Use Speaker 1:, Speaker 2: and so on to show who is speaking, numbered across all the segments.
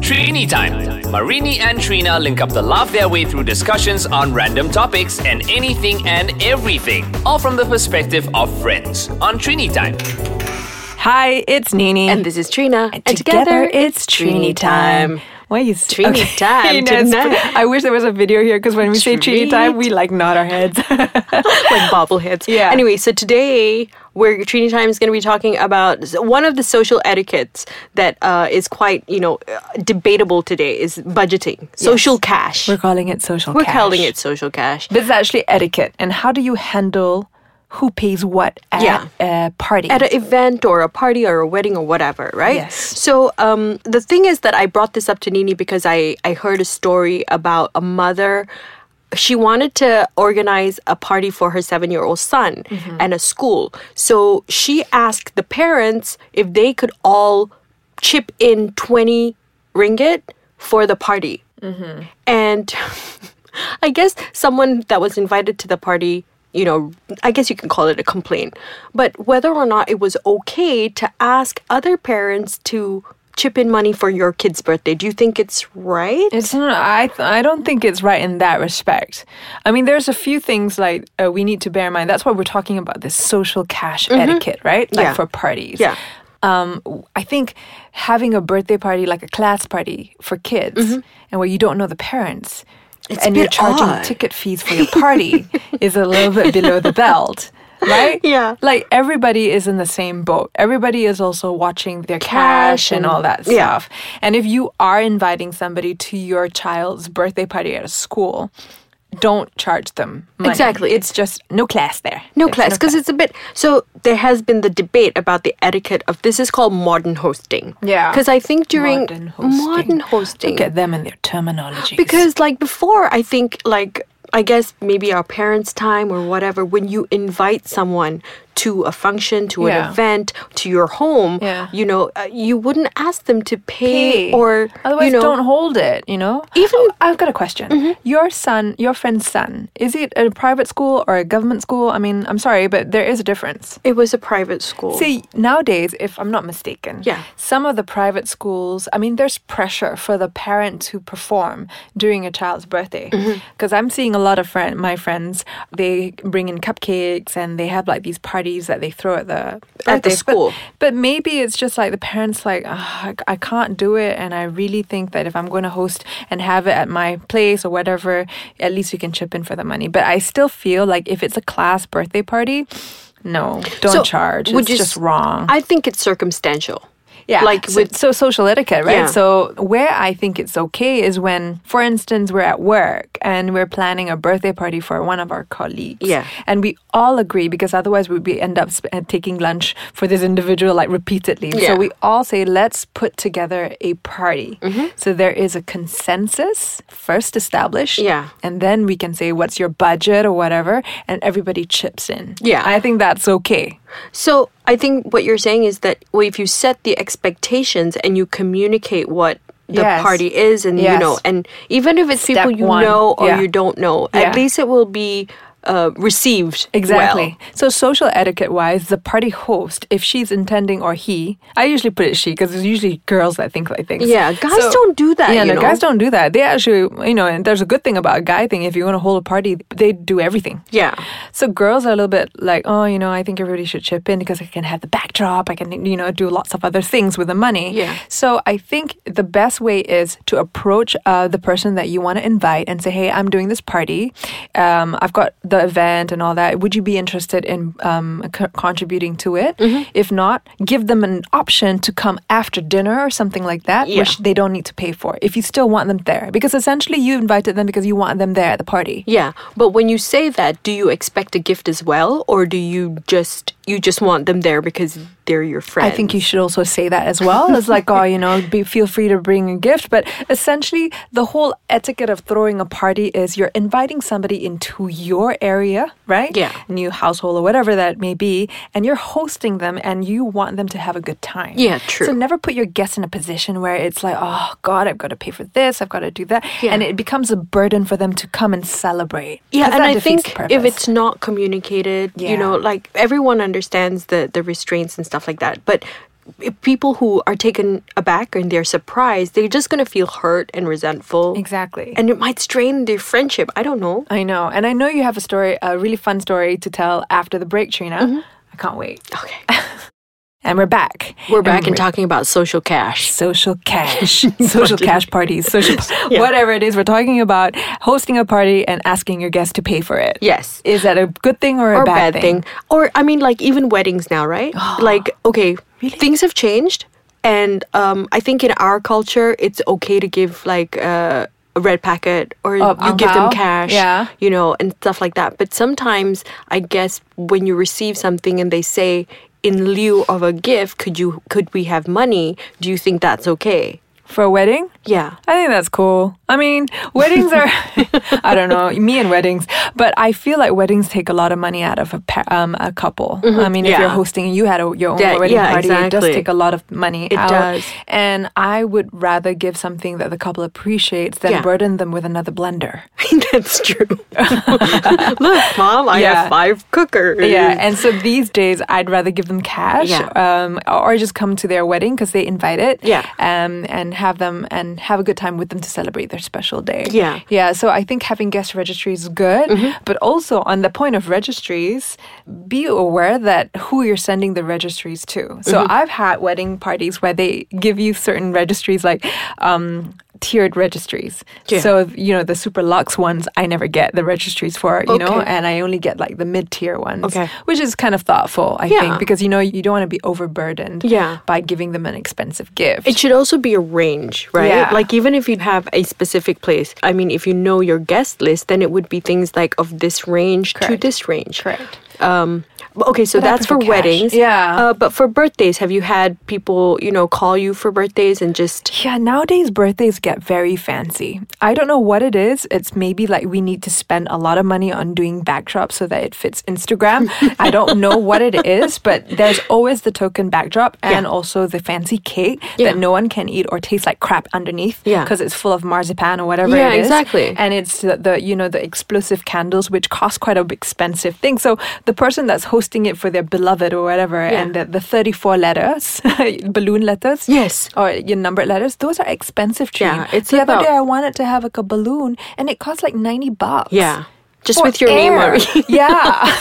Speaker 1: Trini Time. Marini and Trina link up the laugh their way through discussions on random topics and anything and everything, all from the perspective of friends on Trini Time.
Speaker 2: Hi, it's Nini.
Speaker 3: And this is Trina.
Speaker 2: And together, it's Trini time. Why you s-
Speaker 3: Trini time
Speaker 2: no, it's-
Speaker 3: tonight.
Speaker 2: I wish there was a video here because when we say Trini time, we like nod our heads.
Speaker 3: like bobbleheads.
Speaker 2: Yeah.
Speaker 3: Anyway, so today we're Trini Time is going to be talking about s- one of the social etiquettes that uh, is quite you know uh, debatable today is budgeting, social cash.
Speaker 2: We're calling it social.
Speaker 3: We're
Speaker 2: cash.
Speaker 3: calling it social cash.
Speaker 2: But it's actually etiquette. And how do you handle who pays what at
Speaker 3: Yeah.
Speaker 2: a party?
Speaker 3: at an event or a party or a wedding or whatever, right?
Speaker 2: Yes.
Speaker 3: So um, the thing is that I brought this up to Nini because I, I heard a story about a mother. She wanted to organize a party for her seven year old son
Speaker 2: Mm-hmm.
Speaker 3: and a school. So she asked the parents if they could all chip in 20 ringgit for the party. And I guess someone that was invited to the party, you know, I guess you can call it a complaint, but whether or not it was okay to ask other parents to chip in money for your kid's birthday, do you think it's right?
Speaker 2: It's not. I th- I don't think it's right in that respect. I mean, there's a few things like uh, we need to bear in mind. That's why we're talking about this social cash etiquette, right? Like
Speaker 3: Mm-hmm. Yeah.
Speaker 2: for parties.
Speaker 3: Yeah.
Speaker 2: Um, w- I think having a birthday party, like a class party for kids, and where you don't know the parents,
Speaker 3: Mm-hmm. It's a
Speaker 2: and you're
Speaker 3: bit
Speaker 2: charging
Speaker 3: odd.
Speaker 2: ticket fees for your party, is a little bit below the belt. Right?
Speaker 3: Yeah.
Speaker 2: Like everybody is in the same boat. Everybody is also watching their cash,
Speaker 3: Cash
Speaker 2: and
Speaker 3: and-
Speaker 2: all that
Speaker 3: Yeah.
Speaker 2: stuff. And if you are inviting somebody to your child's birthday party at a school, don't charge them. money.
Speaker 3: Exactly.
Speaker 2: It's just no class there.
Speaker 3: No
Speaker 2: There's
Speaker 3: class, because it's a bit. So there has been the debate about the etiquette of this is called modern hosting.
Speaker 2: Yeah.
Speaker 3: because I think during
Speaker 2: modern hosting.
Speaker 3: modern hosting-
Speaker 2: Look at them and their terminology.
Speaker 3: because like before i think like i guess maybe our parents time or whatever when you invite someone to a function to
Speaker 2: Yeah.
Speaker 3: an event to your home
Speaker 2: Yeah.
Speaker 3: you know uh, you wouldn't ask them to pay,
Speaker 2: Hey,
Speaker 3: or
Speaker 2: otherwise
Speaker 3: you know
Speaker 2: don't hold it you know
Speaker 3: Even- Mm-hmm.
Speaker 2: Oh, i've got a question your son your friend's son is it a private school or a government school i mean i'm sorry but there is a difference
Speaker 3: it was a private school
Speaker 2: See, nowadays, if I'm not mistaken,
Speaker 3: Yeah.
Speaker 2: some of the private schools, I mean, there's pressure for the parent to perform during a child's birthday.
Speaker 3: Mm-hmm.
Speaker 2: Because I'm seeing a lot of friend, my friends, they bring in cupcakes and they have like these parties that they throw at the
Speaker 3: At
Speaker 2: birthday.
Speaker 3: the
Speaker 2: But-
Speaker 3: school.
Speaker 2: But, maybe it's just like the parents, like, "Ah, I- I can't do it. And I really think that if I'm going to host and have it at my place or whatever, at least you can chip in for the money. But I still feel like if it's a class birthday party, no, don't
Speaker 3: So,
Speaker 2: charge.
Speaker 3: would
Speaker 2: it's
Speaker 3: you
Speaker 2: just
Speaker 3: s-
Speaker 2: wrong.
Speaker 3: i think it's circumstantial
Speaker 2: yeah,
Speaker 3: like
Speaker 2: so,
Speaker 3: with
Speaker 2: so social etiquette, right?
Speaker 3: Yeah.
Speaker 2: So where I think it's okay is when, for instance, we're at work and we're planning a birthday party for one of our colleagues.
Speaker 3: Yeah.
Speaker 2: and we all agree because otherwise we'd be end up sp- uh, taking lunch for this individual like repeatedly. So
Speaker 3: Yeah.
Speaker 2: we all say let's put together a party.
Speaker 3: Mm-hmm.
Speaker 2: So there is a consensus first established.
Speaker 3: Yeah.
Speaker 2: and then we can say what's your budget or whatever, and everybody chips in.
Speaker 3: Yeah.
Speaker 2: I think that's okay.
Speaker 3: So I think what you're saying is that well, if you set the expectations and you communicate what the
Speaker 2: Yes.
Speaker 3: party is, and you
Speaker 2: Yes.
Speaker 3: know, and even if it's
Speaker 2: Step
Speaker 3: people you
Speaker 2: one.
Speaker 3: know or
Speaker 2: Yeah.
Speaker 3: you don't know,
Speaker 2: Yeah.
Speaker 3: at least it will be uh, received
Speaker 2: Exactly.
Speaker 3: well.
Speaker 2: So social etiquette wise, the party host, if she's intending or he, I usually put it she because it's usually girls that think like things.
Speaker 3: Yeah, guys don't do that,
Speaker 2: Yeah, no,
Speaker 3: you know.
Speaker 2: guys don't do that. They actually, you know, and there's a good thing about a guy thing. If you want to hold a party, they do everything.
Speaker 3: Yeah.
Speaker 2: So girls are a little bit like, oh, you know, I think everybody should chip in because I can have the backdrop. I can, you know, do lots of other things with the money.
Speaker 3: Yeah.
Speaker 2: So I think the best way is to approach uh, the person that you want to invite and say, hey, I'm doing this party. Um, I've got the event and all that. Would you be interested in um, co- contributing to it?
Speaker 3: Mm-hmm.
Speaker 2: If not, give them an option to come after dinner or something like that,
Speaker 3: Yeah.
Speaker 2: which they don't need to pay for if you still want them there. Because essentially you invited them because you want them there at the party.
Speaker 3: Yeah, but when you say that, do you expect a gift as well, or do you just you just want them there because they're your friends?
Speaker 2: I think you should also say that as well. It's like, oh, you know, be, feel free to bring a gift. But essentially, the whole etiquette of throwing a party is you're inviting somebody into your area, right?
Speaker 3: Yeah.
Speaker 2: New household or whatever that may be. And you're hosting them and you want them to have a good time.
Speaker 3: Yeah,
Speaker 2: So
Speaker 3: true.
Speaker 2: never put your guests in a position where it's like, oh, God, I've got to pay for this, I've got to do that.
Speaker 3: Yeah.
Speaker 2: And it becomes a burden for them to come and celebrate.
Speaker 3: Yeah,
Speaker 2: 'Cause
Speaker 3: and
Speaker 2: that
Speaker 3: I
Speaker 2: defeats the
Speaker 3: think if
Speaker 2: purpose.
Speaker 3: it's not communicated,
Speaker 2: Yeah.
Speaker 3: you know, like everyone understands the the restraints and stuff like that, but if people who are taken aback and they're surprised, they're just going to feel hurt and resentful.
Speaker 2: Exactly.
Speaker 3: And it might strain their friendship. I don't know.
Speaker 2: I know. And I know you have a story, a really fun story to tell after the break, Trina.
Speaker 3: Mm-hmm.
Speaker 2: I can't wait.
Speaker 3: Okay.
Speaker 2: And we're back.
Speaker 3: We're back and
Speaker 2: talking
Speaker 3: talking about social cash.
Speaker 2: social cash, social cash parties, social
Speaker 3: Yeah.
Speaker 2: whatever it is we're talking about, hosting a party and asking your guests to pay for it.
Speaker 3: Yes.
Speaker 2: Is that a good thing or a
Speaker 3: or bad, thing. Or I mean, like even weddings now, right? like okay, things have changed, and um, I think in our culture, it's okay to give like uh, a red packet or
Speaker 2: Oh,
Speaker 3: you give them
Speaker 2: angpao?
Speaker 3: cash,
Speaker 2: Yeah.
Speaker 3: you know, and stuff like that. But sometimes, I guess when you receive something and they say in lieu of a gift, could you could we have money? Do you think that's okay?
Speaker 2: For a wedding?
Speaker 3: Yeah.
Speaker 2: I think that's cool. I mean, weddings are, I don't know, me and weddings, but I feel like weddings take a lot of money out of a, pa- um, a couple. I mean, if
Speaker 3: Mm-hmm. yeah.
Speaker 2: you're hosting and you had a, your own
Speaker 3: Yeah,
Speaker 2: wedding
Speaker 3: yeah,
Speaker 2: party, it does
Speaker 3: exactly.
Speaker 2: take a lot of money
Speaker 3: It
Speaker 2: out.
Speaker 3: does.
Speaker 2: And I would rather give something that the couple appreciates than
Speaker 3: Yeah.
Speaker 2: burden them with another blender.
Speaker 3: That's true. Look, mom, I
Speaker 2: Yeah.
Speaker 3: have five cookers.
Speaker 2: Yeah, and so these days I'd rather give them cash,
Speaker 3: Yeah.
Speaker 2: um, or just come to their wedding because they invite it.
Speaker 3: Yeah.
Speaker 2: um, and have them and have a good time with them to celebrate their special day.
Speaker 3: Yeah. Mm-hmm.
Speaker 2: yeah. So I think having guest registries is good, but also on the point of registries, be aware that who you're sending the registries to. So
Speaker 3: Mm-hmm.
Speaker 2: I've had wedding parties where they give you certain registries, like. Um, tiered registries
Speaker 3: Yeah.
Speaker 2: so you know the super luxe ones i never get the registries for you know
Speaker 3: Okay.
Speaker 2: and I only get like the mid tier ones,
Speaker 3: Okay.
Speaker 2: which is kind of thoughtful, I
Speaker 3: Yeah.
Speaker 2: think, because you know you don't want to be overburdened
Speaker 3: Yeah.
Speaker 2: by giving them an expensive gift.
Speaker 3: It should also be a range, right?
Speaker 2: Yeah.
Speaker 3: Like even if you have a specific place, I mean, if you know your guest list, then it would be things like of this range to
Speaker 2: Correct.
Speaker 3: this range.
Speaker 2: Correct.
Speaker 3: Um, but okay,
Speaker 2: But
Speaker 3: so
Speaker 2: I
Speaker 3: that's for
Speaker 2: prefer cash.
Speaker 3: weddings.
Speaker 2: Yeah.
Speaker 3: Uh, but for birthdays, have you had people, you know, call you for birthdays and just
Speaker 2: Yeah, nowadays birthdays get very fancy. I don't know what it is. It's maybe like we need to spend a lot of money on doing backdrops so that it fits Instagram. I don't know what it is, but there's always the token backdrop and also the fancy cake
Speaker 3: Yeah.
Speaker 2: that no one can eat or taste like crap underneath
Speaker 3: Yeah.
Speaker 2: because it's full of marzipan or whatever
Speaker 3: Yeah,
Speaker 2: it is.
Speaker 3: exactly.
Speaker 2: And it's the, the you know the explosive candles which cost quite a expensive thing. So the person that's hosting it for their beloved or whatever
Speaker 3: Yeah.
Speaker 2: and the, the 34 letters, balloon letters
Speaker 3: Yes.
Speaker 2: or your numbered letters, those are expensive. Trina.
Speaker 3: Yeah, it's
Speaker 2: the
Speaker 3: about-
Speaker 2: other day I wanted to have like a balloon, and it cost like ninety bucks.
Speaker 3: yeah, just
Speaker 2: For
Speaker 3: with your name
Speaker 2: air.
Speaker 3: on it.
Speaker 2: yeah.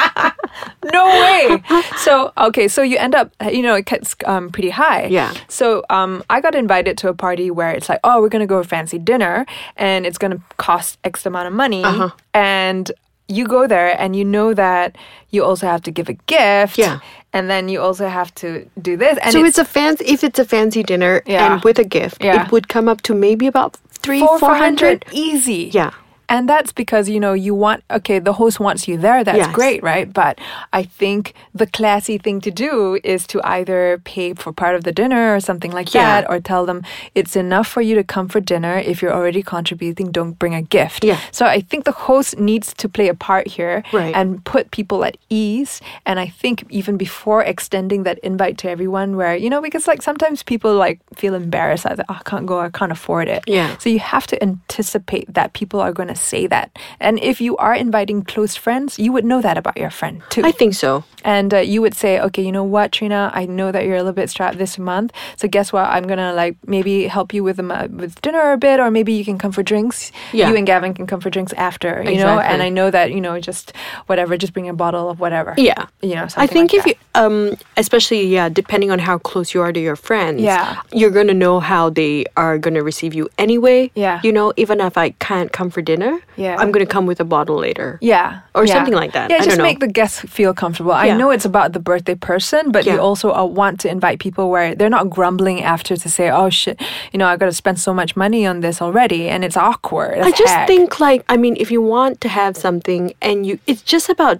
Speaker 2: no way. So okay, so you end up, you know, it gets um, pretty high.
Speaker 3: Yeah.
Speaker 2: So um, I got invited to a party where it's like, oh, we're gonna go to a fancy dinner, and it's gonna cost X amount of money,
Speaker 3: Uh-huh.
Speaker 2: and you go there and you know that you also have to give a gift
Speaker 3: Yeah.
Speaker 2: and then you also have to do this and
Speaker 3: So
Speaker 2: it's
Speaker 3: it's, a fancy if it's a fancy dinner
Speaker 2: Yeah.
Speaker 3: and with a gift,
Speaker 2: Yeah.
Speaker 3: it would come up to maybe about three,
Speaker 2: Four
Speaker 3: four hundred.
Speaker 2: easy
Speaker 3: Yeah.
Speaker 2: and that's because you know you want okay the host wants you there that's
Speaker 3: Yes.
Speaker 2: great right but i think the classy thing to do is to either pay for part of the dinner or something like
Speaker 3: Yeah.
Speaker 2: that or tell them it's enough for you to come for dinner if you're already contributing don't bring a gift
Speaker 3: Yeah.
Speaker 2: so i think the host needs to play a part here
Speaker 3: Right.
Speaker 2: and put people at ease and i think even before extending that invite to everyone where you know because like sometimes people like feel embarrassed like "Oh, i can't go i can't afford it
Speaker 3: Yeah.
Speaker 2: so you have to anticipate that people are going to say that. And if you are inviting close friends, you would know that about your friend too.
Speaker 3: I think so.
Speaker 2: and uh, you would say, okay, you know what, Trina, I know that you're a little bit strapped this month. So guess what? I'm going to like maybe help you with, um, uh, with dinner a bit, or maybe you can come for drinks.
Speaker 3: Yeah.
Speaker 2: You and Gavin can come for drinks after, you know?
Speaker 3: Exactly.
Speaker 2: And I know that, you know, just whatever, just bring a bottle of whatever.
Speaker 3: Yeah.
Speaker 2: You know,
Speaker 3: I
Speaker 2: something
Speaker 3: think
Speaker 2: like
Speaker 3: if
Speaker 2: that.
Speaker 3: you, um, especially yeah, depending on how close you are to your friends,
Speaker 2: Yeah.
Speaker 3: you're gonna know how they are gonna receive you anyway.
Speaker 2: Yeah.
Speaker 3: you know, even if I can't come for dinner,
Speaker 2: Yeah.
Speaker 3: I'm gonna come with a bottle later.
Speaker 2: Yeah.
Speaker 3: Or
Speaker 2: yeah.
Speaker 3: something like that.
Speaker 2: Yeah,
Speaker 3: I
Speaker 2: just
Speaker 3: don't know.
Speaker 2: make the guests feel comfortable. I
Speaker 3: Yeah.
Speaker 2: know it's about the birthday person, but you
Speaker 3: Yeah.
Speaker 2: also uh, want to invite people where they're not grumbling after to say, oh shit, you know, i got to spend so much money on this already and it's awkward.
Speaker 3: I just think like I mean, if you want to have something and you, it's just about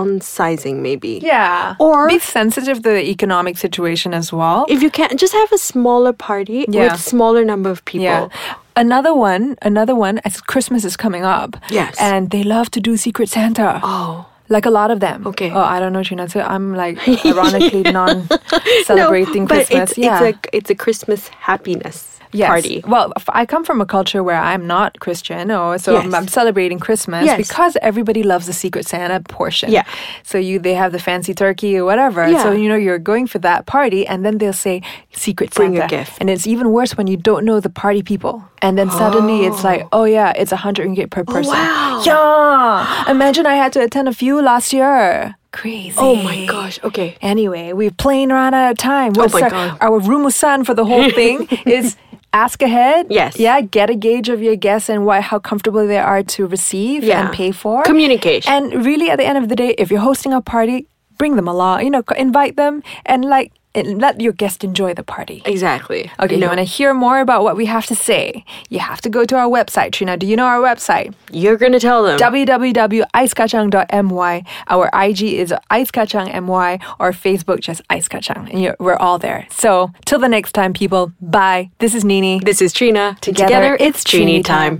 Speaker 3: downsizing maybe.
Speaker 2: Yeah.
Speaker 3: Or-
Speaker 2: be sensitive to the economic situation as well.
Speaker 3: If you can, just have a smaller party
Speaker 2: Yeah.
Speaker 3: with smaller number of people.
Speaker 2: Yeah. Another one, another one, as Christmas is coming up.
Speaker 3: Yes.
Speaker 2: And they love to do Secret Santa.
Speaker 3: Oh.
Speaker 2: Like a lot of them.
Speaker 3: Okay.
Speaker 2: Oh, I don't know, Trina. So I'm like ironically non celebrating
Speaker 3: no, but
Speaker 2: Christmas.
Speaker 3: It's,
Speaker 2: yeah.
Speaker 3: it's a it's a Christmas happiness.
Speaker 2: yes.
Speaker 3: party.
Speaker 2: Well, f- I come from a culture where I'm not Christian, or so I'm,
Speaker 3: Yes.
Speaker 2: I'm celebrating Christmas
Speaker 3: Yes.
Speaker 2: because everybody loves the Secret Santa portion.
Speaker 3: Yeah.
Speaker 2: So you they have the fancy turkey or whatever. So
Speaker 3: Yeah.
Speaker 2: you know you're going for that party, and then they'll say Secret
Speaker 3: Bring your
Speaker 2: Santa,
Speaker 3: gift.
Speaker 2: and it's even worse when you don't know the party people, and then suddenly it's like, oh yeah, it's a hundred ringgit per person.
Speaker 3: wow.
Speaker 2: Yeah. Imagine I had to attend a few last year. Crazy.
Speaker 3: Oh my gosh. Okay.
Speaker 2: Anyway, we plain ran out of time. What's
Speaker 3: Oh my
Speaker 2: our,
Speaker 3: God.
Speaker 2: our rumusan for the whole thing is ask ahead.
Speaker 3: Yes.
Speaker 2: Yeah, get a gauge of your guests and why how comfortable they are to receive
Speaker 3: Yeah.
Speaker 2: and pay for.
Speaker 3: Communication.
Speaker 2: And really at the end of the day, if you're hosting a party, bring them along, you know, co- invite them and like and let your guest enjoy the party.
Speaker 3: Exactly.
Speaker 2: Okay,
Speaker 3: You
Speaker 2: you
Speaker 3: know,
Speaker 2: want to hear more about what we have to say? You have to go to our website, Trina. Do you know our website?
Speaker 3: you're gonna tell them.
Speaker 2: www.icekachang.my. Our IG is icekachangmy or Facebook just icekachang. And you're, we're all there. So till the next time, people. Bye. This is Nini.
Speaker 3: This is Trina.
Speaker 2: Together,
Speaker 3: Together,
Speaker 2: it's
Speaker 3: it's
Speaker 2: Trini time.
Speaker 3: Trini time.